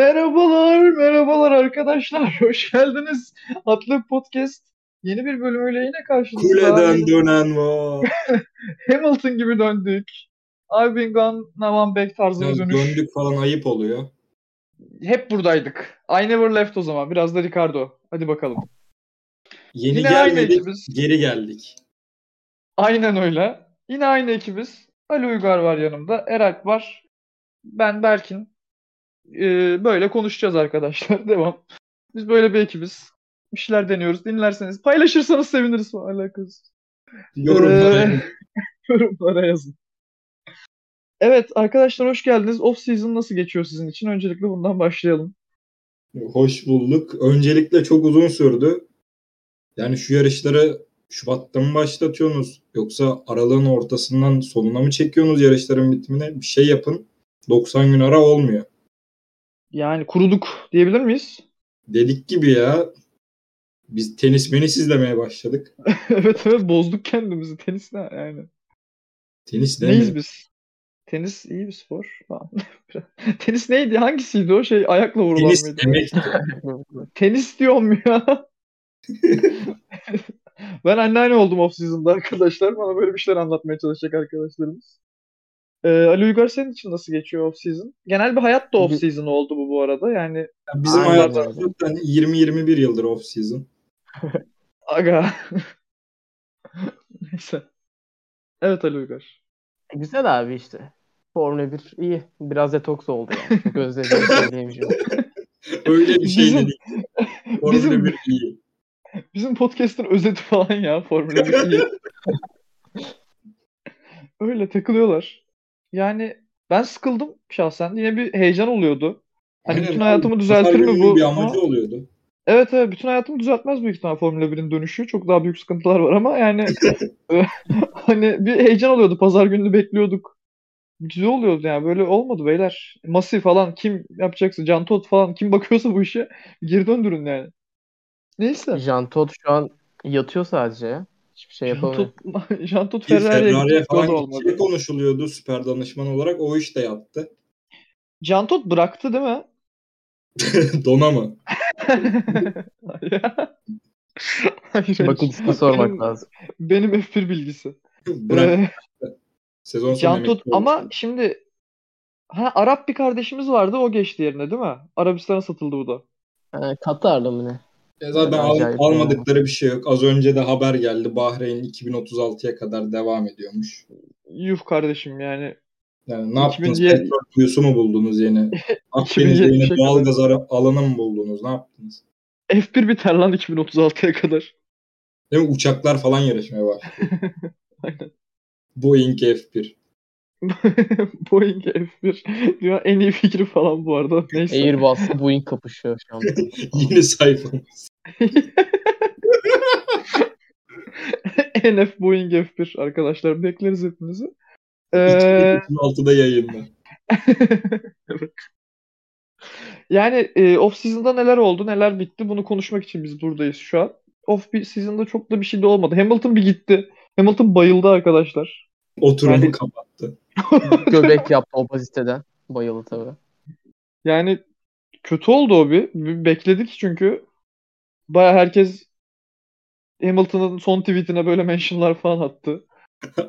Merhabalar, merhabalar arkadaşlar. Hoş geldiniz. Atlı Podcast yeni bir bölümüyle yine karşınızda. Kuleden dönen var. Hamilton gibi döndük. I've been gone, now I'm back tarzına Yani dönüş. döndük falan ayıp oluyor. Hep buradaydık. I never left o zaman. Biraz da Ricardo. Hadi bakalım. Yeni yine aynı gelmedik, ekibiz. geri geldik. Aynen öyle. Yine aynı ekibiz. Ali Uygar var yanımda. Eralp var. Ben Berkin. Ee, böyle konuşacağız arkadaşlar. Devam. Biz böyle bir ekibiz. Bir şeyler deniyoruz. Dinlerseniz, paylaşırsanız seviniriz. Alakası. Yorumlara Ee, yorumlara yazın. Evet arkadaşlar hoş geldiniz. Off season nasıl geçiyor sizin için? Öncelikle bundan başlayalım. hoş bulduk. Öncelikle çok uzun sürdü. Yani şu yarışları Şubat'ta mı başlatıyorsunuz? Yoksa aralığın ortasından sonuna mı çekiyorsunuz yarışların bitimine? Bir şey yapın. 90 gün ara olmuyor. Yani kuruduk diyebilir miyiz? Dedik gibi ya. Biz tenis menis izlemeye başladık. evet evet bozduk kendimizi tenisle yani. Tenis değil Neyiz mi? biz? Tenis iyi bir spor. falan. Tenis neydi? Hangisiydi o şey? Ayakla vurulan Tenis mıydı? demek Tenis diyorum ya. ben anneanne oldum off season'da arkadaşlar. Bana böyle bir şeyler anlatmaya çalışacak arkadaşlarımız. Ee, Ali Uygar senin için nasıl geçiyor off season? Genel bir hayat da off season oldu bu bu arada. Yani bizim hani Aynen. hayatımız zaten 20-21 yıldır off season. aga. Neyse. Evet Ali Uygar. E, Güzel abi işte. Formula 1 iyi. Biraz detoks oldu yani. Çok özlediğim şey. söyleyeyim şimdi. Öyle bir şey Bizim- dedik. Formula bizim- 1 iyi. Bizim podcast'ın özeti falan ya Formula 1 değil. Öyle takılıyorlar. Yani ben sıkıldım şahsen. Yine bir heyecan oluyordu. Hani Aynen bütün abi. hayatımı düzeltir Formula mi 1'in bu? Bir amacı Ama- oluyordu. Evet evet bütün hayatımı düzeltmez büyük ihtimal Formula 1'in dönüşü. Çok daha büyük sıkıntılar var ama yani e, hani bir heyecan oluyordu. Pazar gününü bekliyorduk. Güzel oluyordu yani böyle olmadı beyler. Masi falan kim yapacaksa Can Todt falan kim bakıyorsa bu işe geri döndürün yani. Neyse. Jean Todt şu an yatıyor sadece. ya. Hiçbir şey yapamıyor. Jean Todt Bir Ferrari'ye Ferrari'ye gidecek, o da falan olmadı. gideceği konuşuluyordu süper danışman olarak. O iş de yaptı. Can Todt bıraktı değil mi? Donama. Hayır. Hayır. Bakıcısına sormak Benim- lazım. Benim F1 bilgisi. Bırak. Ee, Sezon sonu Can emekli Todt şey olmuş. ama şimdi ha Arap bir kardeşimiz vardı o geçti yerine değil mi? Arabistan'a satıldı bu da. Ee, Katarlı mı ne? E zaten al- Acayip almadıkları bir şey yok. Az önce de haber geldi. Bahreyn 2036'ya kadar devam ediyormuş. Yuh kardeşim yani. Yani ne yaptınız? 2000 Petrol kuyusu mu buldunuz yeni? Akdeniz'de 2070'e yeni kadar. doğalgaz ara- alanı mı buldunuz? Ne yaptınız? F1 biter lan 2036'ya kadar. Değil mi? Uçaklar falan yarışmaya başlıyor. Aynen. Boeing F1. Boeing F1 dünyanın en iyi fikri falan bu arada. Neyse. Airbus, Boeing kapışıyor şu an. Yeni sayfamız. NF Boeing F1 arkadaşlar bekleriz hepinizi. Ee, 2036'da yayında. Evet. Yani e, off season'da neler oldu, neler bitti bunu konuşmak için biz buradayız şu an. Off bir season'da çok da bir şey de olmadı. Hamilton bir gitti. Hamilton bayıldı arkadaşlar. Oturumu Yani- kapattı. Göbek yaptı opaziteden. Bayıldı tabii. Yani kötü oldu o bir. Bir Bekledik çünkü baya herkes Hamilton'ın son tweetine böyle mentionlar falan attı.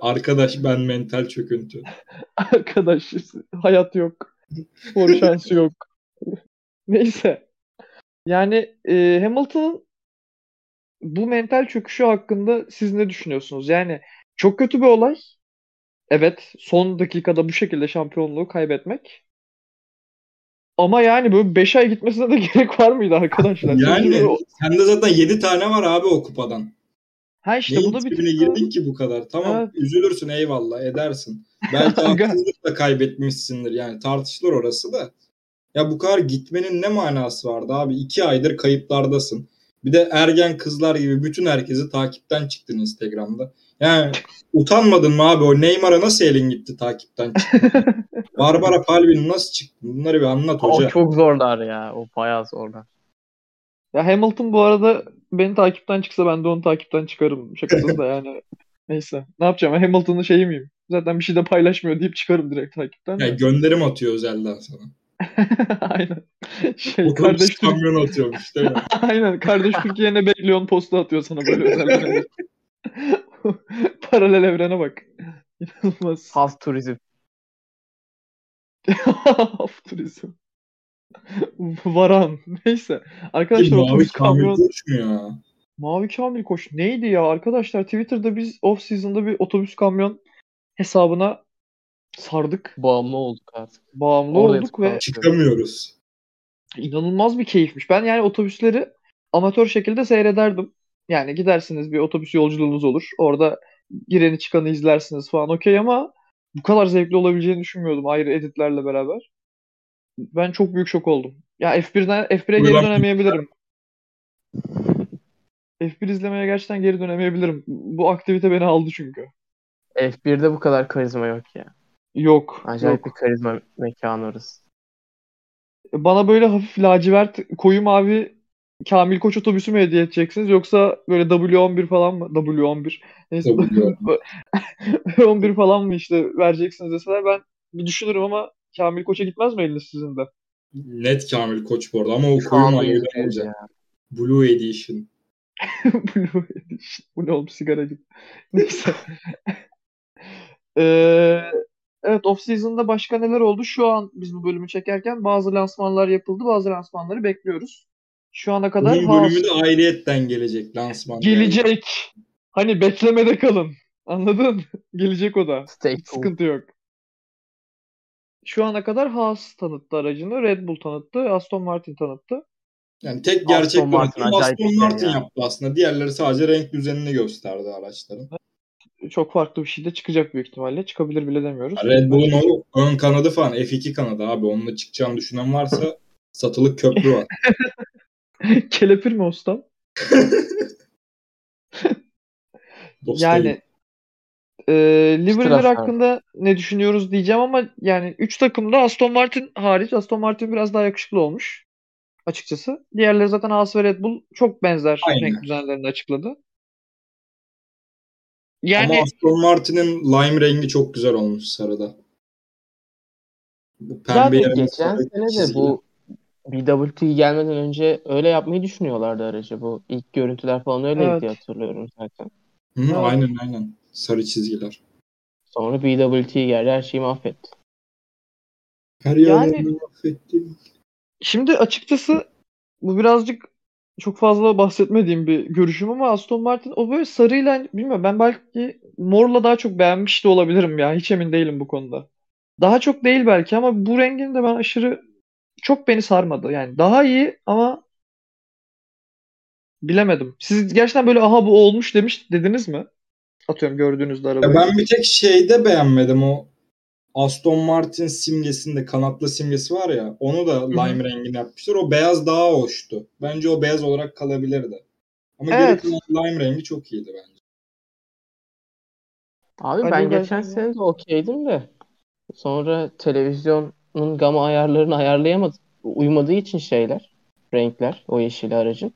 Arkadaş ben mental çöküntü. Arkadaş hayat yok. Spor şansı yok. Neyse. Yani e, Hamilton'ın bu mental çöküşü hakkında siz ne düşünüyorsunuz? Yani çok kötü bir olay. Evet, son dakikada bu şekilde şampiyonluğu kaybetmek. Ama yani böyle 5 ay gitmesine de gerek var mıydı arkadaşlar? Yani- Çünkü o- Sende zaten 7 tane var abi o kupadan. ha işte Neyin bu da bir tribine girdin ki bu kadar? Tamam Evet. üzülürsün eyvallah edersin. Belki Aga. haksızlıkla kaybetmişsindir yani tartışılır orası da. Ya bu kadar gitmenin ne manası vardı abi? 2 aydır kayıplardasın. Bir de ergen kızlar gibi bütün herkesi takipten çıktın Instagram'da. Yani utanmadın mı abi? O Neymar'a nasıl elin gitti takipten çıktın? Barbara Palvin nasıl çıktı? Bunları bir anlat hoca. O çok zorlar ya. O bayağı zorlar. Ya Hamilton bu arada beni takipten çıksa ben de onu takipten çıkarım. Şakasız da yani. Neyse. Ne yapacağım? ben Hamilton'ın şeyi miyim? Zaten bir şey de paylaşmıyor deyip çıkarım direkt takipten. Ya de. gönderim atıyor özelden sana. Aynen. Şey Otobüs kardeş Türk- kamyon atıyormuş değil mi? aynen kardeş Türk yerine bekliyorsun posta atıyor sana böyle özel Paralel evrene bak. İnanılmaz. Half turizm. Half turizm. Varan. Neyse. Arkadaşlar Mavi otobüs kamyon kamyon. koşmuyor ya. Mavi Kamil Koç neydi ya arkadaşlar Twitter'da biz off season'da bir otobüs kamyon hesabına sardık. Bağımlı olduk artık. Bağımlı Oraya olduk ve tıklandık. Çıkamıyoruz. inanılmaz bir keyifmiş. Ben yani otobüsleri amatör şekilde seyrederdim. Yani gidersiniz bir otobüs yolculuğunuz olur. Orada gireni çıkanı izlersiniz falan okey ama bu kadar zevkli olabileceğini düşünmüyordum ayrı editlerle beraber. Ben çok büyük şok oldum. Ya F1'den F1'e geri Buradan- dönemeyebilirim. F1 izlemeye gerçekten geri dönemeyebilirim. Bu aktivite beni aldı çünkü. F1'de bu kadar karizma yok ya. Yok. yok. Acayip bir karizma mekanı orası. Bana böyle hafif lacivert koyu mavi Kamil Koç otobüsü mü hediye edeceksiniz yoksa böyle W11 falan mı? W11. Neyse Tabii diyorum. W11 falan mı işte vereceksiniz deseler ben bir düşünürüm ama Kamil Koç'a gitmez mi eliniz sizin de? Net Kamil Koç bu arada ama o koyu Kanlı maviden yüzlüyüz olacak. ya. Blue Edition. Blue Edition. şey? Bu ne oğlum sigara gibi. Neyse. Ee, evet off season'da başka neler oldu? Şu an biz bu bölümü çekerken bazı lansmanlar yapıldı. Bazı lansmanları bekliyoruz. Şu ana kadar Bunun Haas- bölümü de ayrıyetten gelecek lansman. Gelecek. Hani beklemede kalın. Anladın? Gelecek o da. Steak Hiç sıkıntı yok. Şu ana kadar Haas tanıttı aracını. Red Bull tanıttı. Aston Martin tanıttı. Yani tek gerçek Aston Martin yönetim acayip bir Aston şey Martin ya. yaptı aslında. Diğerleri sadece renk düzenini gösterdi araçların. Çok farklı bir şey de çıkacak büyük ihtimalle. Çıkabilir bile demiyoruz. Ya Red Bull'un o ön kanadı falan F2 kanadı abi. Onunla çıkacağını düşünen varsa satılık köprü var. Kelepir mi ustam? Dostum. Yani e, Straf Livery'ler abi. hakkında ne düşünüyoruz diyeceğim ama yani 3 takımda Aston Martin hariç Aston Martin biraz daha yakışıklı olmuş açıkçası. Diğerleri zaten Haas ve Red Bull çok benzer Aynen. renk düzenlerini açıkladı. Ama Yani Aston Martin'in lime rengi çok güzel olmuş sarıda. Bu pembe Zaten yerine geçen sarı sene de çizgi. bu BWT gelmeden önce öyle yapmayı düşünüyorlardı aracı. Bu ilk görüntüler falan öyleydi Evet. diye hatırlıyorum zaten. Hı, Evet. Aynen aynen. Sarı çizgiler. Sonra BWT geldi her şeyi mahvetti. Her Yani- yerlerini mahvettim. şimdi açıkçası bu birazcık çok fazla bahsetmediğim bir görüşüm ama Aston Martin o böyle sarıyla bilmiyorum ben belki morla daha çok beğenmiş de olabilirim ya. Hiç emin değilim bu konuda. Daha çok değil belki ama bu rengin de ben aşırı çok beni sarmadı. Yani daha iyi ama bilemedim. Siz gerçekten böyle aha bu olmuş demiş dediniz mi? Atıyorum gördüğünüzde Ya arabayı. ben bir tek şeyde beğenmedim o Aston Martin simgesinde kanatlı simgesi var ya onu da lime rengini yapmışlar. O beyaz daha hoştu. Bence o beyaz olarak kalabilirdi. Ama Evet. evet. lime rengi çok iyiydi bence. Abi Hadi ben ben- geçen sene de okeydim de sonra televizyonun gama ayarlarını ayarlayamadım. Uymadığı için şeyler, renkler, o yeşil aracın.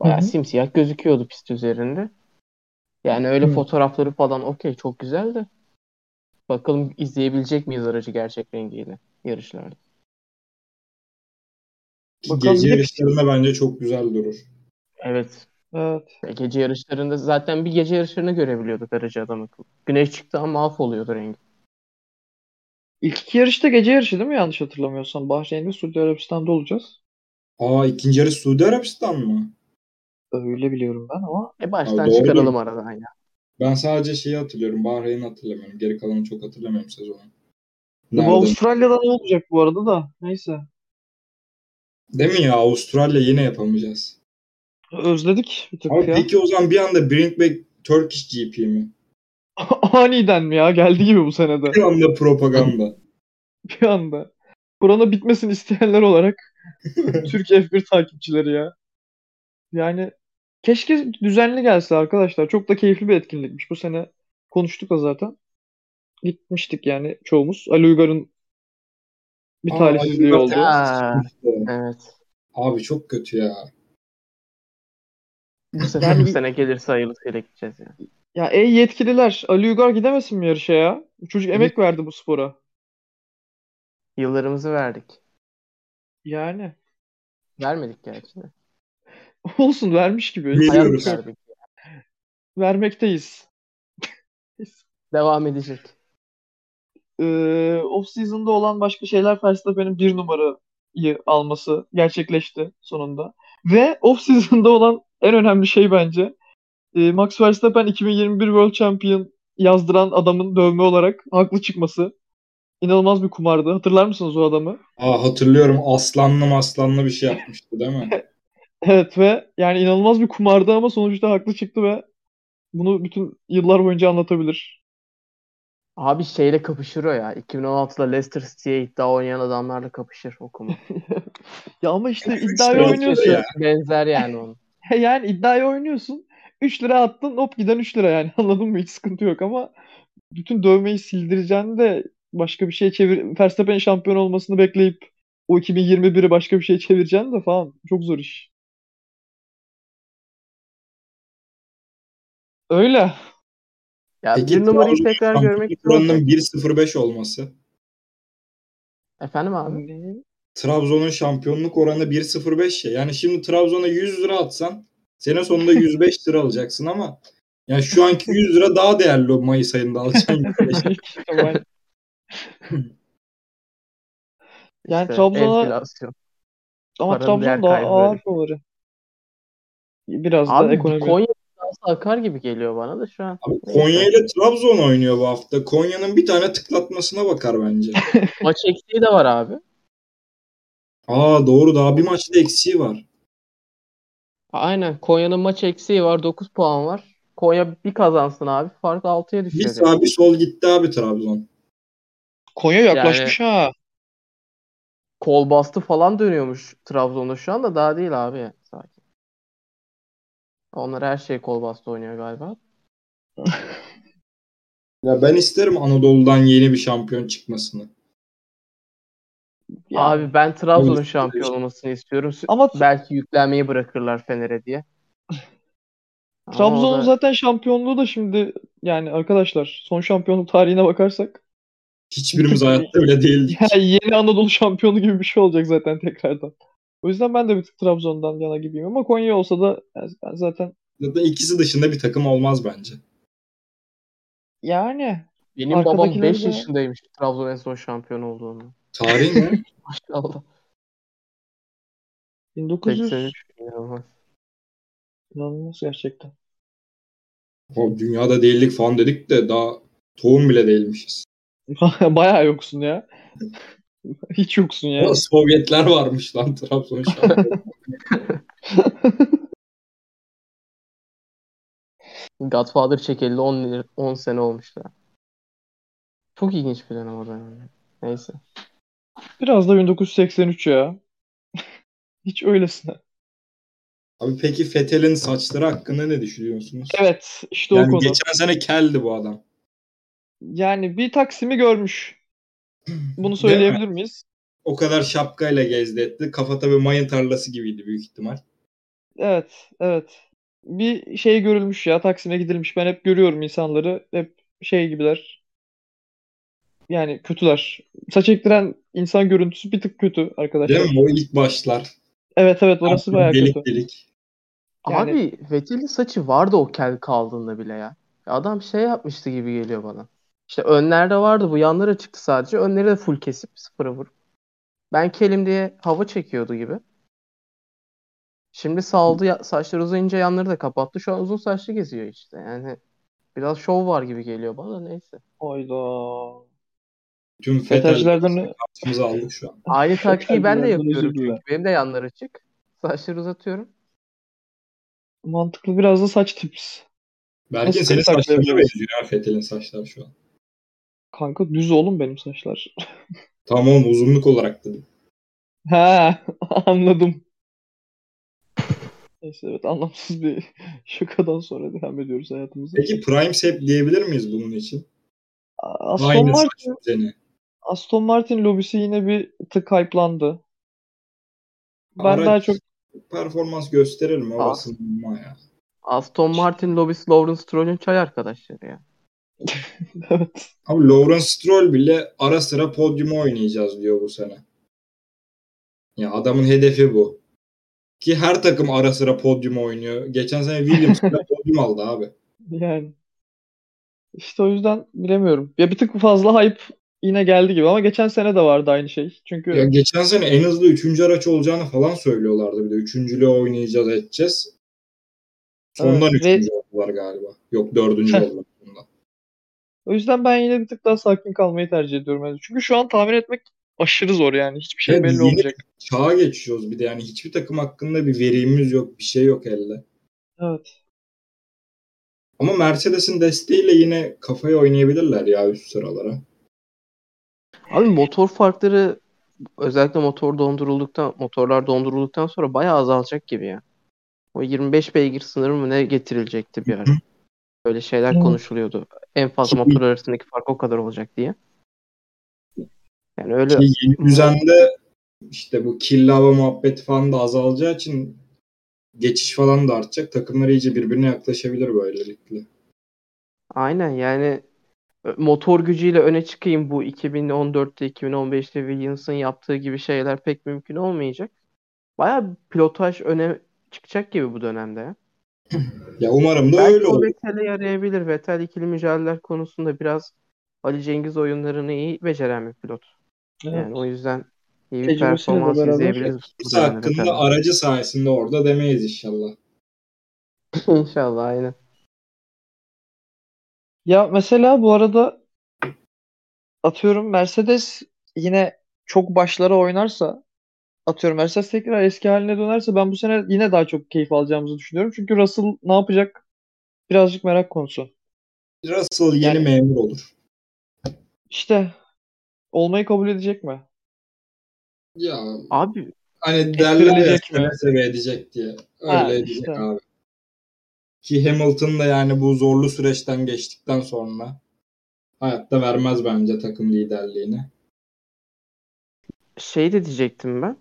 Bayağı Hı hı. simsiyah gözüküyordu pist üzerinde. Yani öyle Hı. fotoğrafları falan okey çok güzel de. Bakalım izleyebilecek miyiz aracı gerçek rengiyle yarışlarda. Ki Bakalım Gece bir de- yarışlarında bence çok güzel durur. Evet. E, Evet. Gece yarışlarında zaten bir gece yarışlarını görebiliyorduk aracı adam akıllı. Güneş çıktı ama mahvoluyordu rengi. İlk iki yarışta gece yarışı değil mi yanlış hatırlamıyorsam? Bahreyn ve Suudi Arabistan'da olacağız. Aa ikinci yarış Suudi Arabistan mı? Öyle biliyorum ben ama E baştan Abi doğru çıkaralım diyorum. aradan ya. Ben sadece şeyi hatırlıyorum. Bahreyn'i hatırlamıyorum. Geri kalanı çok hatırlamıyorum sezonu. bu Nerede? Avustralya'da ne olacak bu arada da neyse. Değil mi ya? Avustralya yine yapamayacağız. Özledik bir tık Abi ya. peki o zaman bir anda Bring Back Turkish GP mi? Aniden mi ya? Geldi gibi bu senede. Bir anda propaganda. Bir anda. Korona bitmesin isteyenler olarak Türkiye F1 takipçileri ya. Yani keşke düzenli gelse arkadaşlar. Çok da keyifli bir etkinlikmiş. Bu sene konuştuk da zaten. Gitmiştik yani çoğumuz. Ali Uygar'ın bir Aa, talihsizliği Ali oldu. Uygar Aa, evet. Abi çok kötü ya. Bu sefer Yani- bu sene gelirse hayırlısıyla gideceğiz ya. Ya ey yetkililer, Ali Uygar gidemesin mi yarışa ya? Bu çocuk emek verdi bu spora. Yıllarımızı verdik. Yani Vermedik gerçi. de. Olsun vermiş gibi. Veriyoruz. Hayat Biliyoruz. verdik. Vermekteyiz. Devam edecek. Ee, off-season'da olan başka şeyler Verstappen'in bir numarayı alması gerçekleşti sonunda. Ve off-season'da olan en önemli şey bence e, Max Verstappen 2021 World Champion yazdıran adamın dövme olarak haklı çıkması. İnanılmaz bir kumardı. Hatırlar mısınız o adamı? Aa hatırlıyorum aslanlı maslanlı bir şey yapmıştı değil mi? Evet ve yani inanılmaz bir kumardı ama sonuçta haklı çıktı ve bunu bütün yıllar boyunca anlatabilir. Abi şeyle kapışır o ya. 2016'da Leicester City'ye iddia oynayan adamlarla kapışır o kuma. Ya ama işte Üç iddiaya lira oynuyorsun. atıyor Benzer- Benzer yani onun. Yani iddiaya oynuyorsun. 3 lira attın hop giden 3 lira yani anladın mı? Hiç sıkıntı yok ama bütün dövmeyi sildireceğini de başka bir şeye çevir... Verstappen şampiyon olmasını bekleyip o 2021'i başka bir şeye çevireceğini de falan çok zor iş. Öyle. Ya Peki, bir numarayı Trabzon tekrar görmek Şampiyonluk oranının 1.05 olması. Efendim abi? Trabzon'un şampiyonluk oranı 1.05 ya. Yani şimdi Trabzon'a 100 lira atsan sene sonunda 105 lira alacaksın ama yani şu anki 100 lira daha değerli o Mayıs ayında alacağın 105 lira. Büyük ihtimal. Yani İşte Trabzon'a- enflasyon. Ama Paranın Trabzon değer daha kaybı ağır böyle. favori. Biraz da Abi ekonomi. Konya biraz akar gibi geliyor bana da şu an. Abi Konya ile Trabzon oynuyor bu hafta. Konya'nın bir tane tıklatmasına bakar bence. Maç eksiği de var abi. Aa doğru daha bir maçta eksiği var. Aynen Konya'nın maç eksiği var 9 puan var. Konya bir kazansın abi fark 6'ya Bir düşüyor. sağ bir sol gitti abi Trabzon. Konya yaklaşmış ha. Kol bastı falan dönüyormuş Trabzon'da şu anda daha değil abi yani. Sakin. Onlar her şey kol bastı oynuyor galiba. Ya ben isterim Anadolu'dan yeni bir şampiyon çıkmasını. Ya. Abi ben Trabzon'un Olur. şampiyon olmasını istiyorum. Sü- Ama Belki yüklenmeyi bırakırlar Fener'e diye. Ama o Trabzon'un da- zaten şampiyonluğu da şimdi yani arkadaşlar son şampiyonluk tarihine bakarsak Hiçbirimiz hayatta bile değildik. yani yeni Anadolu şampiyonu gibi bir şey olacak zaten tekrardan. O yüzden ben de bir tık Trabzon'dan yana gibiyim ama Konya olsa da yani ben zaten Zaten ikisi dışında bir takım olmaz bence. yani Benim babam Arkadakileri 5 de- yaşındaymış Trabzon en son şampiyon olduğunu. Tarih ne? Maşallah. 1900 83 inanılmaz. inanılmaz gerçekten. O dünyada değillik falan dedik de daha tohum bile değilmişiz. Bayağı yoksun ya. Hiç yoksun ya. Ama Sovyetler varmış lan Trabzon şampiyonu. Godfather çekildi 10, 10 sene olmuş da. Çok ilginç bir dönem o dönem. Neyse. Biraz da 1983 ya. Hiç öylesine. Abi peki Fetel'in saçları hakkında ne düşünüyorsunuz? Evet, işte o Yani konu. geçen sene keldi bu adam. Yani bir Taksim'i görmüş. Bunu Değil mi? söyleyebilir miyiz? O kadar şapkayla gezdi etti. Kafa tabii mayın tarlası gibiydi büyük ihtimal. Evet, evet. Bir şey görülmüş ya Taksim'e gidilmiş. Ben hep görüyorum insanları. Hep şey gibiler. Yani kötüler. Saç ektiren insan görüntüsü bir tık kötü arkadaşlar. Değil mi? O ilk başlar. Evet evet orası bayağı delik kötü. delik. Yani- Abi Vettel'in saçı vardı o kel kaldığında bile ya. Ya Adam şey yapmıştı gibi geliyor bana. İşte önlerde vardı bu yanlara çıktı sadece. Önleri de full kesip sıfıra vurup. Ben kelim diye hava çekiyordu gibi. Şimdi saldı ya- saçları uzayınca yanları da kapattı. Şu an uzun saçlı geziyor işte. Yani biraz şov var gibi geliyor bana neyse. Hayda. Tüm Fetel Fetelcilerden saçımızı aldık şu an. Aynı taktiği ben de Özür yapıyorum dilerim. çünkü. Benim de yanlar açık. Saçları uzatıyorum. mantıklı biraz da saç tipisi. Belki Nasıl senin kırk takla saçlarına yapıyorsun? benziyor ya Fetel'in saçları şu an. Kanka düz oğlum benim saçlar. Tamam oğlum uzunluk olarak dedim. Ha, anladım. Neyse evet anlamsız bir şakadan sonra devam ediyoruz hayatımıza. Peki Prime Sep diyebilir miyiz bunun için? A- Aston Aynı saç Martin düzeni. Aston Martin lobisi yine bir tık hype'landı. Ben Araç- daha çok Performans gösterir mi orası? normal ya. Aston Martin lobisi Lawrence Stroll'ün çay arkadaşları ya. evet. Abi Lawrence Stroll bile ara sıra podyuma oynayacağız diyor bu sene. Ya adamın hedefi bu. Ki her takım ara sıra podyum oynuyor. Geçen sene Williams bile podyum aldı abi. Yani işte o yüzden bilemiyorum. Ya bir tık fazla hype yine geldi gibi ama geçen sene de vardı aynı şey. Çünkü Ya geçen sene en hızlı üçüncü araç olacağını falan söylüyorlardı bir de. Üçüncülüğe oynayacağız edeceğiz. Sondan Evet, ve- üçüncü oldular galiba. Yok dördüncü Heh. oldular. sondan. o yüzden ben yine bir tık daha sakin kalmayı tercih ediyorum. Yani Çünkü şu an tahmin etmek aşırı zor yani. Hiçbir şey Evet, belli yeni- olmayacak. Çağa geçiyoruz bir de yani hiçbir takım hakkında bir verimiz yok. Bir şey yok elde. Evet. Ama Mercedes'in desteğiyle yine kafaya oynayabilirler ya üst sıralara. Abi motor farkları özellikle motor dondurulduktan motorlar dondurulduktan sonra bayağı azalacak gibi ya. O 25 beygir sınırı mı ne getirilecekti bir ara. Böyle şeyler Evet. konuşuluyordu. En fazla motor arasındaki fark o kadar olacak diye. Yani öyle Ki yeni düzende işte bu kirli hava muhabbeti falan da azalacağı için geçiş falan da artacak. Takımlar iyice birbirine yaklaşabilir böylelikle. aynen yani ö- motor gücüyle öne çıkayım bu 2014'te 2015'te Williams'ın yaptığı gibi şeyler pek mümkün olmayacak. Bayağı pilotaj öne çıkacak gibi bu dönemde ya. Ya umarım da öyle Belki o olur. Vettel'e yarayabilir. Vettel ikili mücadeleler konusunda biraz Ali Cengiz oyunlarını iyi beceren bir pilot. Yani o yüzden iyi bir Tecrübesiyle de performans beraber- izleyebiliriz. bu Kimse dönemde hakkında Vettel'den. aracı sayesinde orada demeyiz inşallah. İnşallah aynen. Ya mesela bu arada atıyorum Mercedes yine çok başlara oynarsa atıyorum Mercedes tekrar eski haline dönerse ben bu sene yine daha çok keyif alacağımızı düşünüyorum. Çünkü Russell ne yapacak? Birazcık merak konusu. Russell yeni Yani- memur olur. İşte olmayı kabul edecek mi? Ya Abi hani derler ya edilecek seve mi? seve edecek diye. Öyle E, Ha, edecek işte. abi. Ki Hamilton da yani bu zorlu süreçten geçtikten sonra hayatta vermez bence takım liderliğini. şey de diyecektim ben.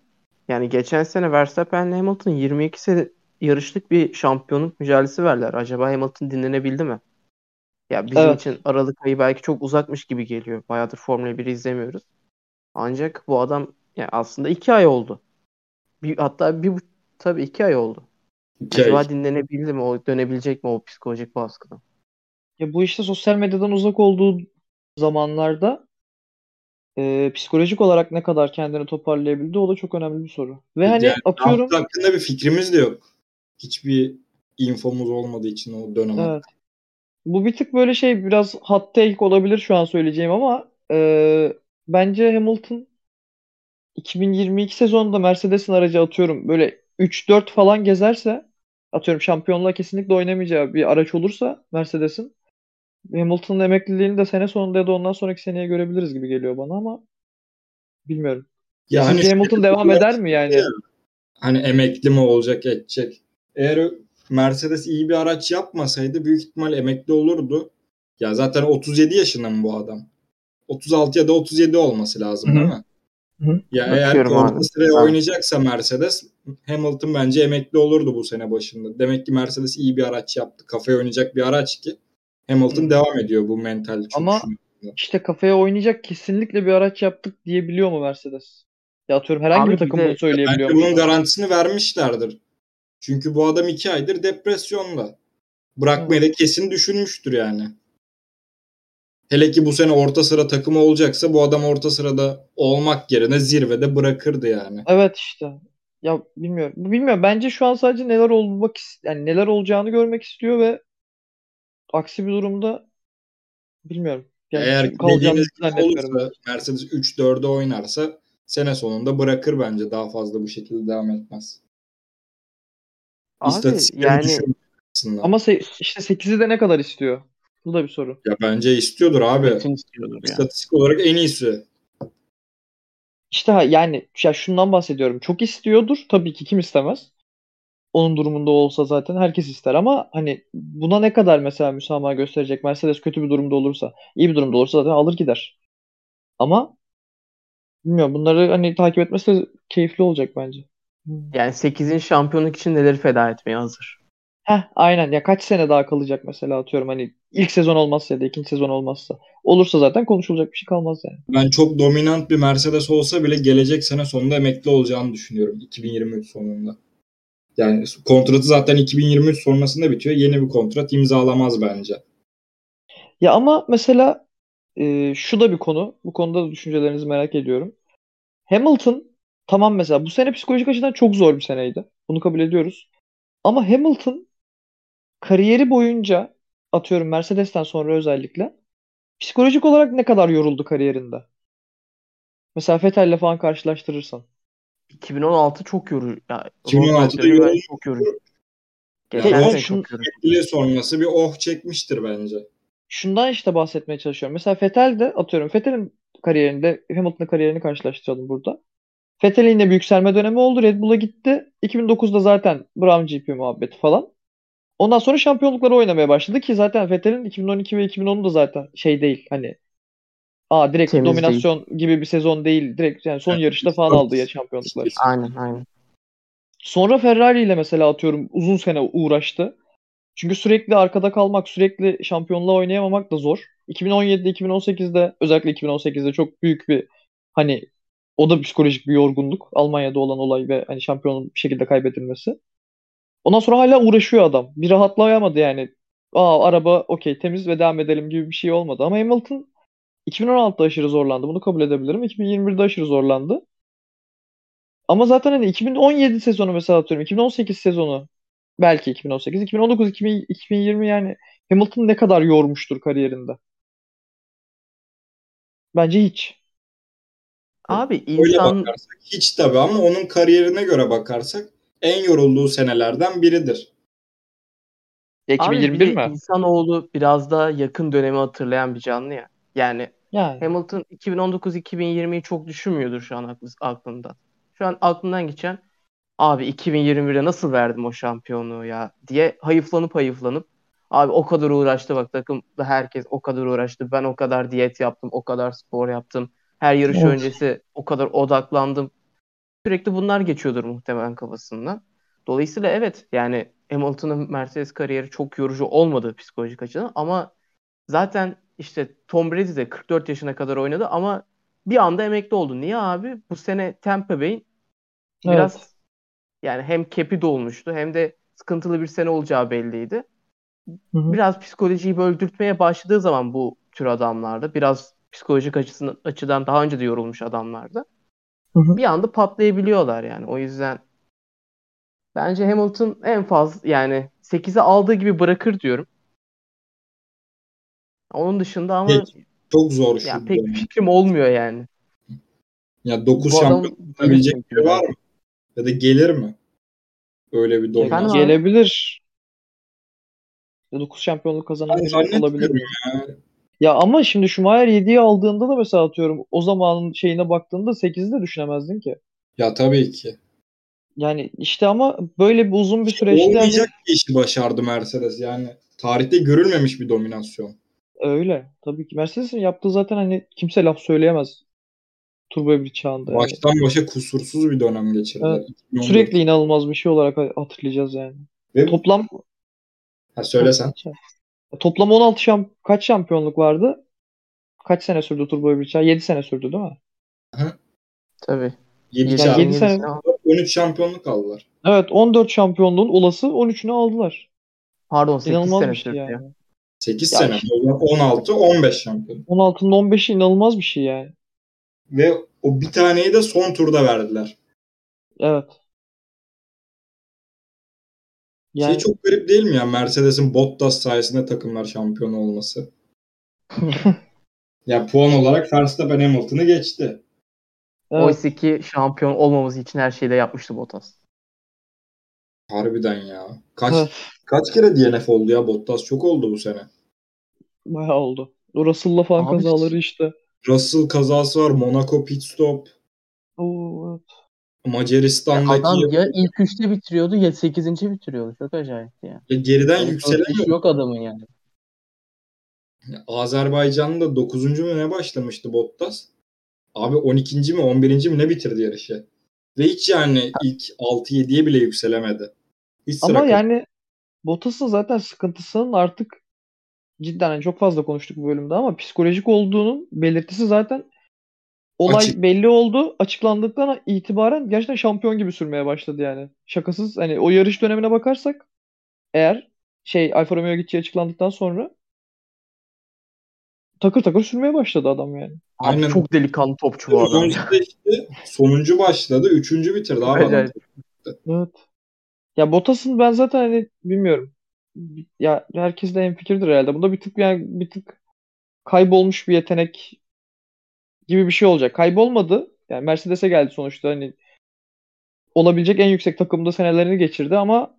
Yani geçen sene Verstappen'le Hamilton 22 sene yarışlık bir şampiyonluk mücadelesi verdiler. Acaba Hamilton dinlenebildi mi? Ya bizim Evet. için Aralık ayı belki çok uzakmış gibi geliyor. Bayağıdır Formula 1'i izlemiyoruz. Ancak bu adam yani aslında iki ay oldu. Bir, hatta bir bu- tabii iki ay oldu. İki ay. Acaba dinlenebildi mi? O dönebilecek mi o psikolojik baskıdan? Ya bu işte sosyal medyadan uzak olduğu zamanlarda e, psikolojik olarak ne kadar kendini toparlayabildi o da çok önemli bir soru. Ve hani Yani atıyorum Yaptığı hakkında bir fikrimiz de yok. Hiçbir infomuz olmadığı için o dönem. Evet. Bu bir tık böyle şey biraz hot take olabilir şu an söyleyeceğim ama e, bence Hamilton 2022 sezonunda Mercedes'in aracı atıyorum böyle 3-4 falan gezerse atıyorum şampiyonluğa kesinlikle oynamayacağı bir araç olursa Mercedes'in Hamilton'ın emekliliğini de sene sonunda ya da ondan sonraki seneye görebiliriz gibi geliyor bana ama bilmiyorum. Ya hani Sizce Hamilton şöyle devam bir- eder mi yani? Hani emekli mi olacak edecek? Eğer Mercedes iyi bir araç yapmasaydı büyük ihtimal emekli olurdu. Ya zaten 37 yaşında mı bu adam? 36 ya da 37 olması lazım Hı hı. değil mi? Hı. Ya Bakıyorum eğer orta abi. sıraya Ha. oynayacaksa Mercedes Hamilton bence emekli olurdu bu sene başında. Demek ki Mercedes iyi bir araç yaptı. Kafaya oynayacak bir araç ki. Hamilton Hı. devam ediyor bu mental Ama- çöküşüne. İşte kafaya oynayacak kesinlikle bir araç yaptık diyebiliyor mu Mercedes? Ya atıyorum herhangi Abi bir bir takım de- bunu söyleyebiliyor Bence mu? bunun garantisini vermişlerdir. Çünkü bu adam iki aydır depresyonda. Bırakmayı da kesin düşünmüştür yani. Hele ki bu sene orta sıra takımı olacaksa bu adam orta sırada olmak yerine zirvede bırakırdı yani. Evet işte. Ya bilmiyorum. Bilmiyorum. Bence şu an sadece neler olmak is- yani neler olacağını görmek istiyor ve aksi bir durumda bilmiyorum. Yani Eğer kalacağını dediğiniz gibi zannetmiyorum. olursa Mercedes 3-4'e oynarsa sene sonunda bırakır bence daha fazla bu şekilde devam etmez. Abi İstatistiklerini yani düşürmek açısından. Ama se- işte 8'i de ne kadar istiyor? Bu da bir soru. ya bence istiyordur abi. Kesin istiyordur ya. İstatistik olarak en iyisi. İşte ha- yani ya şundan bahsediyorum. Çok istiyordur. Tabii ki kim istemez? Onun durumunda olsa zaten herkes ister ama hani buna ne kadar mesela müsamaha gösterecek Mercedes kötü bir durumda olursa, iyi bir durumda olursa zaten alır gider. Ama bilmiyorum bunları hani takip etmesi de keyifli olacak bence. yani 8'in şampiyonluk için neleri feda etmeye hazır. Heh, aynen ya kaç sene daha kalacak mesela atıyorum hani ilk sezon olmazsa ya da ikinci sezon olmazsa. Olursa zaten konuşulacak bir şey kalmaz yani. Ben çok dominant bir Mercedes olsa bile gelecek sene sonunda emekli olacağını düşünüyorum 2023 sonunda. Yani kontratı zaten 2023 sonrasında bitiyor. Yeni bir kontrat imzalamaz bence. Ya ama mesela e, şu da bir konu. Bu konuda da düşüncelerinizi merak ediyorum. Hamilton tamam mesela bu sene psikolojik açıdan çok zor bir seneydi. Bunu kabul ediyoruz. Ama Hamilton kariyeri boyunca atıyorum Mercedes'ten sonra özellikle psikolojik olarak ne kadar yoruldu kariyerinde? Mesela Vettel'le falan karşılaştırırsan. 2016 çok yorucu. Ya, 2016'da Rosberg'e göre yorucu. çok yorucu. Ya Geçen o sene şun- çok yorucu. Bile sonrası bir oh çekmiştir bence. Şundan işte bahsetmeye çalışıyorum. Mesela Vettel de atıyorum Vettel'in kariyerinde Hamilton'ın kariyerini karşılaştıralım burada. Vettel'in yine bir yükselme dönemi oldu. Red Bull'a gitti. 2009'da zaten Brown GP muhabbeti falan. Ondan sonra şampiyonlukları oynamaya başladı ki zaten Vettel'in 2012 ve 2010'u da zaten şey değil hani aa direkt Temiz dominasyon gibi bir sezon değil. Direkt yani son Evet, yarışta falan evet. aldı ya şampiyonlukları. Aynen aynen. Sonra Ferrari ile mesela atıyorum uzun sene uğraştı. Çünkü sürekli arkada kalmak, sürekli şampiyonluğa oynayamamak da zor. 2017'de, 2018'de özellikle 2018'de çok büyük bir hani o da psikolojik bir yorgunluk. Almanya'da olan olay ve hani şampiyonun bir şekilde kaybedilmesi. Ondan sonra hala uğraşıyor adam. Bir rahatlayamadı yani. Aa araba okey temiz ve devam edelim gibi bir şey olmadı. Ama Hamilton 2016'da aşırı zorlandı. Bunu kabul edebilirim. 2021'de aşırı zorlandı. Ama zaten hani 2017 sezonu mesela atıyorum. 2018 sezonu belki 2018, 2019, 2000 2020 yani Hamilton ne kadar yormuştur kariyerinde? Bence hiç. Abi Öyle insan bakarsak hiç tabii ama onun kariyerine göre bakarsak en yorulduğu senelerden biridir. Ya Abi bir 2021 de mi? insanoğlu biraz daha yakın dönemi hatırlayan bir canlı ya. Yani Yani. Hamilton 2019-2020'yi çok düşünmüyordur şu an aklı- aklında. Şu an aklından geçen abi 2021'de nasıl verdim o şampiyonluğu ya diye hayıflanıp hayıflanıp abi o kadar uğraştı bak takımda herkes o kadar uğraştı. Ben o kadar diyet yaptım, o kadar spor yaptım. Her yarış Of. öncesi o kadar odaklandım. Sürekli bunlar geçiyordur muhtemelen kafasından. Dolayısıyla evet yani Hamilton'ın Mercedes kariyeri çok yorucu olmadı psikolojik açıdan ama zaten işte Tom Brady de 44 yaşına kadar oynadı ama bir anda emekli oldu. Niye abi? Bu sene Tampa Bay'in biraz Evet. yani hem kepi dolmuştu hem de sıkıntılı bir sene olacağı belliydi. Hı hı. Biraz psikolojiyi böldürtmeye başladığı zaman bu tür adamlarda biraz psikolojik açısından, açıdan daha önce de yorulmuş adamlarda Hı hı. bir anda patlayabiliyorlar yani. O yüzden bence Hamilton en fazla yani 8'e aldığı gibi bırakır diyorum. Onun dışında ama Peki. Çok zor şu ya dönem. pek bir fikrim olmuyor yani. Ya 9 Bu adam şampiyon olabilecek gelir biri var mı? Ya da gelir mi? Öyle bir Ya Efendim dominans. abi? gelebilir. 9 şampiyonluk kazanan Ben biri olabilir zannetmiyorum mi? Ya ama şimdi Schumacher 7'yi aldığında da mesela atıyorum o zamanın şeyine baktığında 8'i de düşünemezdin ki. Ya tabii ki. Yani işte ama böyle bir uzun bir süreçte hani Olmayacak bir işi başardı Mercedes. Yani tarihte görülmemiş bir dominasyon. öyle. Tabii ki Mercedes'in yaptığı zaten hani kimse laf söyleyemez. Turbo Hybrid çağında yani. Baştan başa kusursuz bir dönem geçirdi. Evet. 2014. Sürekli inanılmaz bir şey olarak ha- hatırlayacağız yani. Ve Toplam ha, söylesen. toplam 16 şamp kaç şampiyonluk vardı? Kaç sene sürdü Turbo Hybrid çağı? 7 sene sürdü değil mi? Tabii. 7 Yani şampiyon, yedi sene- al- 13 şampiyonluk aldılar. Evet 14 şampiyonluğun olası 13'ünü aldılar. Pardon 8 İnanılmaz sene bir şey sürdü. yani. ya. 8 Ya sene. işte- O zaman 16, 15 şampiyon. 16'nın 15'i inanılmaz bir şey yani. Ve o bir taneyi de son turda verdiler. Şey Evet. Yani Şey çok garip değil mi ya Mercedes'in Bottas sayesinde takımlar şampiyon olması? ya puan olarak Verstappen Hamilton'ı geçti. evet. Oysa ki şampiyon olmamız için her şeyi de yapmıştı Bottas. Harbiden ya. Kaç Evet. kaç kere DNF oldu ya Bottas çok oldu bu sene. Bayağı oldu. O Russell'la falan Abi- kazaları işte. Russell kazası var, Monaco pit stop, Oo, evet. Macaristan'daki Adam ya ilk 3'te bitiriyordu ya 8. bitiriyordu. Çok acayipti ya. Ya geriden Yani yükselen iş yok. yok adamın yani. Azerbaycan'da 9. mü ne başlamıştı Bottas? Abi 12. mi 11. mi ne bitirdi yarışı? Ve hiç yani ilk 6-7'ye bile yükselemedi. Hiç sıra Ama kalmadı. yani Bottas'ın zaten sıkıntısının artık cidden hani çok fazla konuştuk bu bölümde ama psikolojik olduğunun belirtisi zaten Olay Açık- belli oldu. Açıklandıktan itibaren gerçekten şampiyon gibi sürmeye başladı yani. Şakasız hani o yarış dönemine bakarsak eğer şey Alfa Romeo gideceği açıklandıktan sonra takır takır sürmeye başladı adam yani. Abi Aynen. çok delikanlı topçu bu adam. Önce de işte sonuncu başladı. Üçüncü bitirdi abi. adam. Acayip. Evet. Ya Bottas'ın ben zaten hani bilmiyorum. Ya herkes de hemfikirdir herhalde. Bunda bir tık yani bir tık kaybolmuş bir yetenek gibi bir şey olacak. Kaybolmadı. Yani Mercedes'e geldi sonuçta hani olabilecek en yüksek takımda senelerini geçirdi ama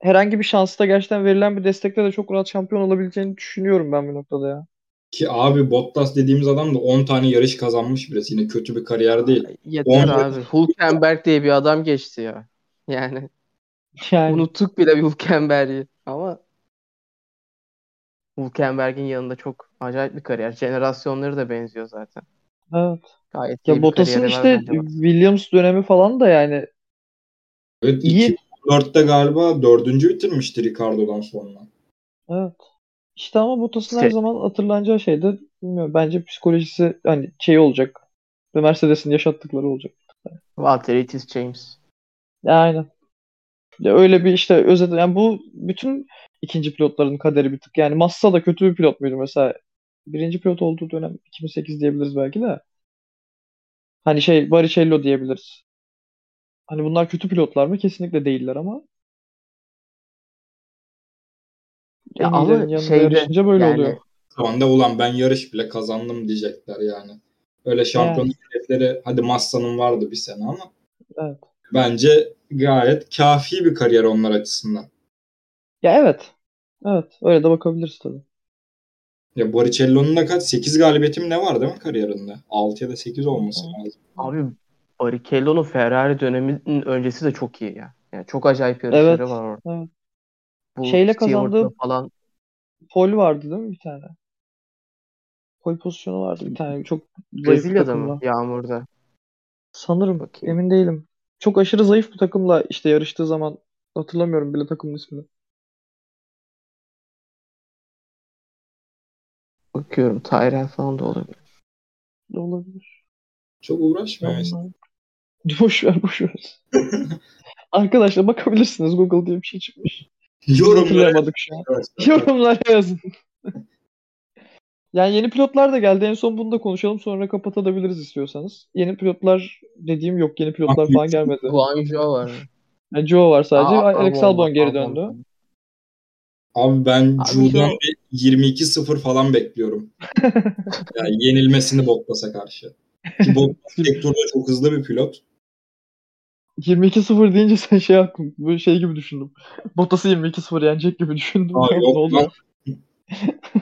herhangi bir şansı da gerçekten verilen bir destekle de çok rahat şampiyon olabileceğini düşünüyorum ben bu noktada ya. Ki abi Bottas dediğimiz adam da 10 tane yarış kazanmış birisi. Yine kötü bir kariyer değil. Yeter On- abi. Hülkenberg diye bir adam geçti ya. Yani Yani unuttuk bile Hülkenberg'i. Ama Hülkenberg'in yanında çok acayip bir kariyer. Jenerasyonları da benziyor zaten. evet. Gayet Ya iyi bir Bottas'ın kariyeri var işte bence bak. Williams dönemi falan da yani Evet, İyi. 2004'te galiba dördüncü bitirmişti Ricardo'dan sonra. Evet. İşte ama Bottas'ın her Şey- zaman hatırlanacağı şey de bilmiyorum. Bence psikolojisi hani şey olacak. Ve Mercedes'in yaşattıkları olacak. Walter Itis James. Ya, aynen. Ya öyle bir işte özet yani bu bütün ikinci pilotların kaderi bir tık. Yani Massa da kötü bir pilot muydu mesela? Birinci pilot olduğu dönem 2008 diyebiliriz belki de. Hani şey Barrichello diyebiliriz. Hani bunlar kötü pilotlar mı? Kesinlikle değiller ama Ya en ama iyilerin yanında şeyde yarışınca böyle yani- oluyor. Şu anda ulan ben yarış bile kazandım diyecekler yani. Öyle şampiyonluk hedefleri hadi Massa'nın vardı bir sene ama Evet. bence gayet kafi bir kariyer onlar açısından. Ya evet. Evet. Öyle de bakabiliriz tabii. Ya Baricello'nun da kaç? 8 galibiyeti mi ne var değil mi kariyerinde? 6 ya da 8 olması Hı. lazım. Abi Barrichello'nun Ferrari döneminin öncesi de çok iyi ya. Yani çok acayip yarışları Evet, var orada. evet. Bu Şeyle Stewart'la kazandığı- falan Pol vardı değil mi bir tane? Pol pozisyonu vardı bir tane. Çok zayıf bir Brezilya'da mı? takımla. Yağmurda. Sanırım. Bakayım. Emin değilim. Çok aşırı zayıf bir takımla işte yarıştığı zaman hatırlamıyorum bile takımın ismini. Bakıyorum Tyrell falan da olabilir. Olabilir. Çok uğraşmıyor mesela. Boş ver boş ver. Arkadaşlar bakabilirsiniz Google diye bir şey çıkmış. Biz Yorumlara hatırlayamadık şu an. Yorumlara yazın. Yani yeni pilotlar da geldi. En son bunu da konuşalım. Sonra kapatabiliriz istiyorsanız. Yeni pilotlar dediğim yok. Yeni pilotlar Ah, falan gelmedi. Guangzhou var. Yani Joe var sadece. Aa, Alex Albon var, Albon geri Albon. döndü. Abi ben Abi Ju'dan şu- bir 22-0 falan bekliyorum. yani yenilmesini Bottas'a karşı. Ki Bottas tek turda çok hızlı bir pilot. 22-0 deyince sen şey yaptın. Böyle şey gibi düşündüm. Bottas'ı 22-0 yenecek gibi düşündüm. Aa, Ne yok oldu? lan.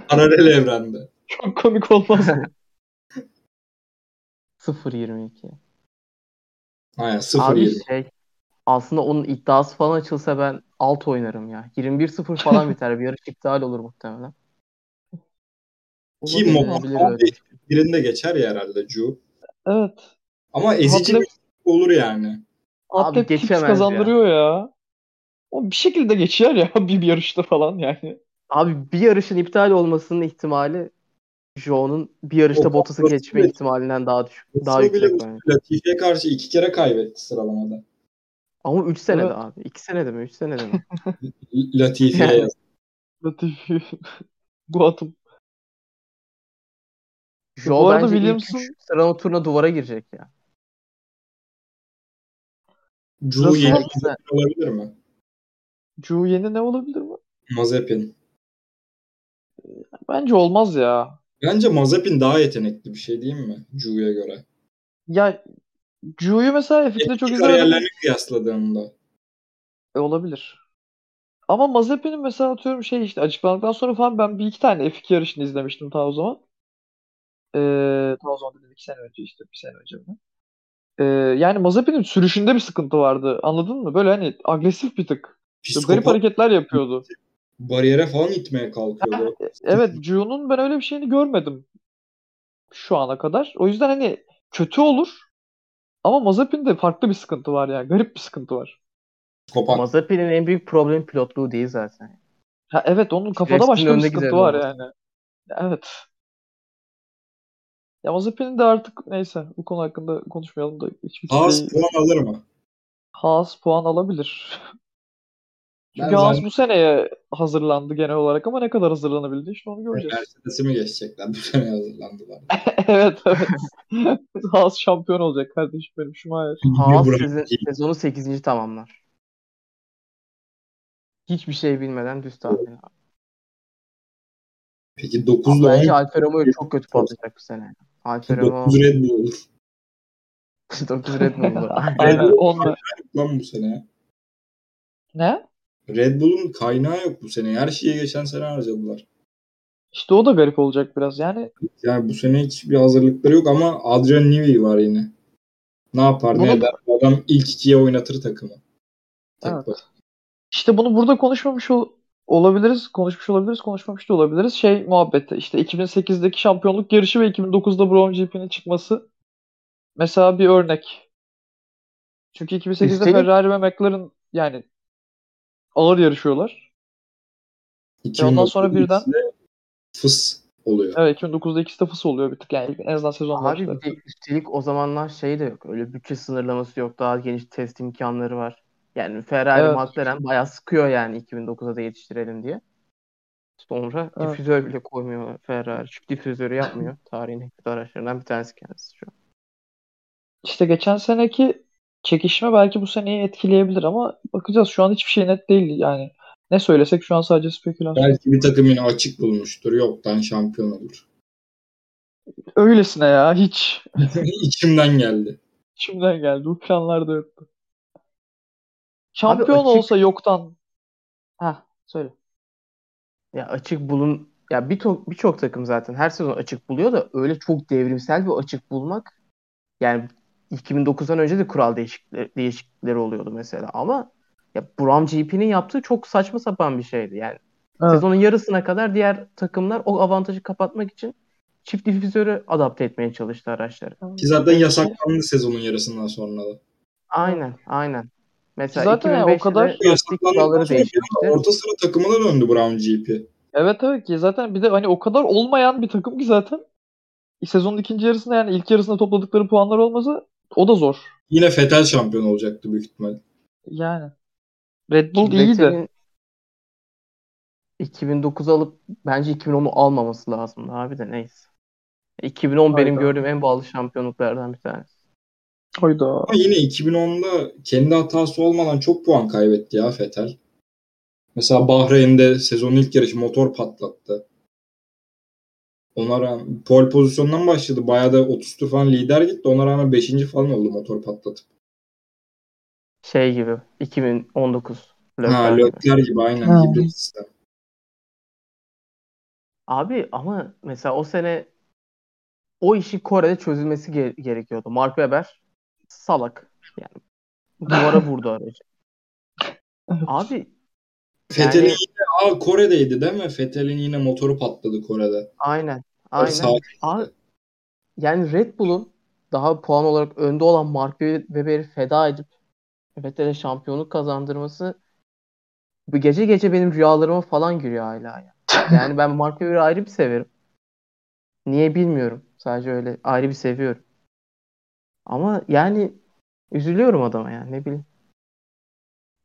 Paralel evrende. Çok komik olmaz. mı? 0-22. Aynen Abi 0-20. şey aslında onun iddiası falan açılsa ben alt oynarım ya. 21-0 falan biter. Bir yarış iptal olur muhtemelen. Ki Olabilir, Monaco olabilir öyle. Birinde geçer ya herhalde Ju. evet. Ama ezici Hatlet- bir olur yani. Abi Atlet tips geçemez ya. kazandırıyor ya. O bir şekilde geçiyor ya bir, bir yarışta falan yani. Abi bir yarışın iptal olmasının ihtimali Joe'nun bir yarışta O Bottas'ı Bottas'ı geçme bile- ihtimalinden daha düşük. Daha Daha bile yüksek bence. Latifi'ye karşı iki kere kaybetti sıralamada. Ama 3 senede Evet. abi. 2 senede mi? 3 senede mi? Latifi'ye Yani. Latif. Bu atım. Joe Bu arada bence Williams'ın- ilk 3 sıralama turuna duvara girecek ya. Ju Russell- yeni Güzel. olabilir mi? Joe yeni ne olabilir mi? Mazepin. Bence olmaz ya. Bence Mazepin daha yetenekli bir şey değil mi? Ju'ya göre. Ya Joe'yu mesela F1'de çok Eski izlemedim. kariyerlerini kıyasladığımda. E, olabilir. Ama Mazepin'in mesela atıyorum şey işte açıklandıktan sonra falan ben bir iki tane F2 yarışını izlemiştim ta o zaman. Ee, ta o zaman dedim iki sene önce işte bir sene önce mi? Ee, yani Mazepin'in sürüşünde bir sıkıntı vardı anladın mı? Böyle hani agresif bir tık. Böyle Psikopat garip hareketler yapıyordu. bariyere falan itmeye kalkıyordu. Evet Ju'nun ben öyle bir şeyini görmedim şu ana kadar. O yüzden hani kötü olur ama Mazepin'de farklı bir sıkıntı var yani garip bir sıkıntı var. Psikopat. Mazepin'in en büyük problemi pilotluğu değil zaten. Ha, evet onun kafada Racing'in başka bir önüne sıkıntı gidelim var ama. yani. Evet. Ya Mazepin'in de artık neyse bu konu hakkında konuşmayalım da hiçbir Haas şey. puan alır mı? Haas puan alabilir. Çünkü Ben Haas zaten- bu seneye hazırlandı genel olarak ama ne kadar hazırlanabildi işte onu göreceğiz. Mercedes'i mi geçecekler? Bu sene hazırlandılar. evet evet. Haas şampiyon olacak kardeşim benim Schumacher. Haas Buraya- sezon- sezonu 8. tamamlar. Hiçbir şey bilmeden düz tahmin. Peki 9 ile Bence 10 Alfa Romeo çok kötü patlayacak bu sene. Alfa Romeo 9 Red Bull olur. 9 Red Bull olur. Aynen onunla. Lan bu sene. Ne? Red Bull'un kaynağı yok bu sene. Her şeyi geçen sene harcadılar. İşte o da garip olacak biraz. Yani Yani bu sene hiçbir hazırlıkları yok ama Adrian Newey var yine. Ne yapar ne Bunu- eder? Bu Adam ilk ikiye oynatır takımı. Tek Evet. başına. işte bunu burada konuşmamış ol- olabiliriz. Konuşmuş olabiliriz, konuşmamış da olabiliriz. Şey muhabbeti işte 2008'deki şampiyonluk yarışı ve 2009'da Brown GP'nin çıkması mesela bir örnek. Çünkü 2008'de Üstelik- Ferrari ve McLaren yani ağır yarışıyorlar. E ondan sonra 2009'da birden- ikisi de fıs oluyor. Evet 2009'da ikisi de fıs oluyor bir tık yani en azından sezon Abi başta. bir de üstelik o zamanlar şey de yok. Öyle bütçe sınırlaması yok. Daha geniş test imkanları var. Yani Ferrari, Evet. McLaren bayağı sıkıyor yani 2009'a da yetiştirelim diye. Sonra Evet. difüzör bile koymuyor Ferrari. Çünkü difüzörü yapmıyor. Tarihin en kötü araçlarından bir tanesi kendisi şu an. İşte geçen seneki çekişme belki bu seneyi etkileyebilir ama bakacağız şu an hiçbir şey net değil yani. Ne söylesek şu an sadece spekülasyon. Belki bir takım yine açık bulmuştur. Yoktan şampiyon olur. Öylesine ya hiç. İçimden geldi. İçimden geldi. Bu planlar da yoktu. Şampiyon açık- olsa yoktan. Ha söyle. Ya açık bulun ya bir to- birçok takım zaten her sezon açık buluyor da öyle çok devrimsel bir açık bulmak yani 2009'dan önce de kural değişiklikleri, değişiklikleri oluyordu mesela ama ya Brown GP'nin yaptığı çok saçma sapan bir şeydi yani. Evet. Sezonun yarısına kadar diğer takımlar o avantajı kapatmak için çift difüzörü adapte etmeye çalıştı araçları. Ki zaten yasaklandı sezonun yarısından sonra da. Aynen, aynen. Mesela Zaten yani o 2005'te de kadar- lastik kuralları Yasaklandıktan sonra bir değişmişti. anda orta sıra takımına döndü Brown GP. Evet evet ki zaten bir de hani o kadar olmayan bir takım ki zaten sezonun ikinci yarısında yani ilk yarısında topladıkları puanlar olmasa o da zor. Yine Fetel şampiyon olacaktı büyük ihtimal. Yani. Red Bull iyiydi. Vettel'in 2009'u alıp bence 2010'u almaması lazımdı abi de neyse. 2010 benim Hayda. gördüğüm en bağlı şampiyonluklardan bir tanesi. Hayda. Ama yine 2010'da kendi hatası olmadan çok puan kaybetti ya Fetel. Mesela Bahreyn'de sezonun ilk yarışı motor patlattı. Ona rağmen pol pozisyondan başladı. Bayağı da 30 tur falan lider gitti. Ona rağmen 5. falan oldu motor patlatıp. Şey gibi 2019 ha Leclerc gibi. Leclerc gibi aynen Ha. hibrit sistem. Abi ama mesela o sene o işi Kore'de çözülmesi ge- gerekiyordu. Mark Webber salak. Yani duvara vurdu aracı. Abi Fetel'in Yani- yine aa Kore'deydi değil mi? Fetel'in yine motoru patladı Kore'de. aynen aynen. Sağ- Abi, yani Red Bull'un daha puan olarak önde olan Mark Webber'i feda edip Vettel'e şampiyonluk kazandırması bu gece gece benim rüyalarıma falan giriyor hala ya. Yani ben Mark Webber'i ayrı bir severim. Niye bilmiyorum. Sadece öyle ayrı bir seviyorum. Ama yani üzülüyorum adama yani ne bileyim.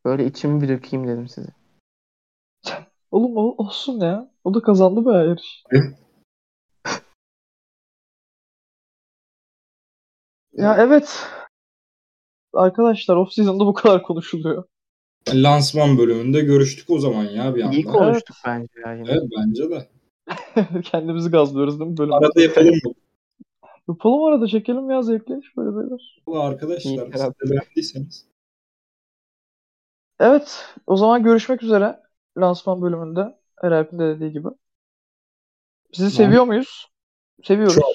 Böyle içimi bir dökeyim dedim size. Oğlum o- olsun ya. O da kazandı be yarış. Ya evet. Arkadaşlar off season'da bu kadar konuşuluyor. Lansman bölümünde görüştük o zaman ya bir anda. İyi konuştuk bence ya yine. Evet bence de. Kendimizi gazlıyoruz değil mi bölüm? Arada yapalım mı? Yapalım arada çekelim ya zevkli iş böyle beyler. Valla arkadaşlar İyi, siz de beğendiyseniz. Evet o zaman görüşmek üzere lansman bölümünde. Her Alp'in de dediği gibi. Sizi Tamam. seviyor muyuz? Seviyoruz. Çok.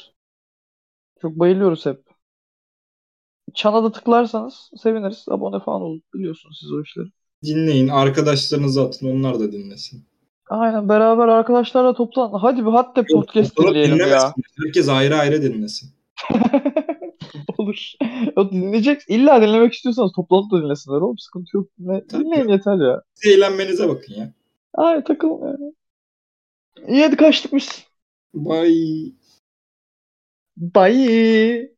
Çok bayılıyoruz hep. Çana da tıklarsanız seviniriz. Abone falan olun. Biliyorsunuz siz o işleri. Dinleyin. Arkadaşlarınızı atın. Onlar da dinlesin. Aynen beraber arkadaşlarla toplan. Hadi bir hatta podcast Toplanıp dinleyelim ya. dinlemesin. Herkes ayrı ayrı dinlesin. Olur. O dinleyecek. İlla dinlemek istiyorsanız toplanıp da dinlesinler oğlum. Sıkıntı yok. Dinle, Tabii. dinleyin yeter ya. Siz eğlenmenize bakın ya. Ay takılın yani. İyi hadi kaçtık biz. Bye. Bye.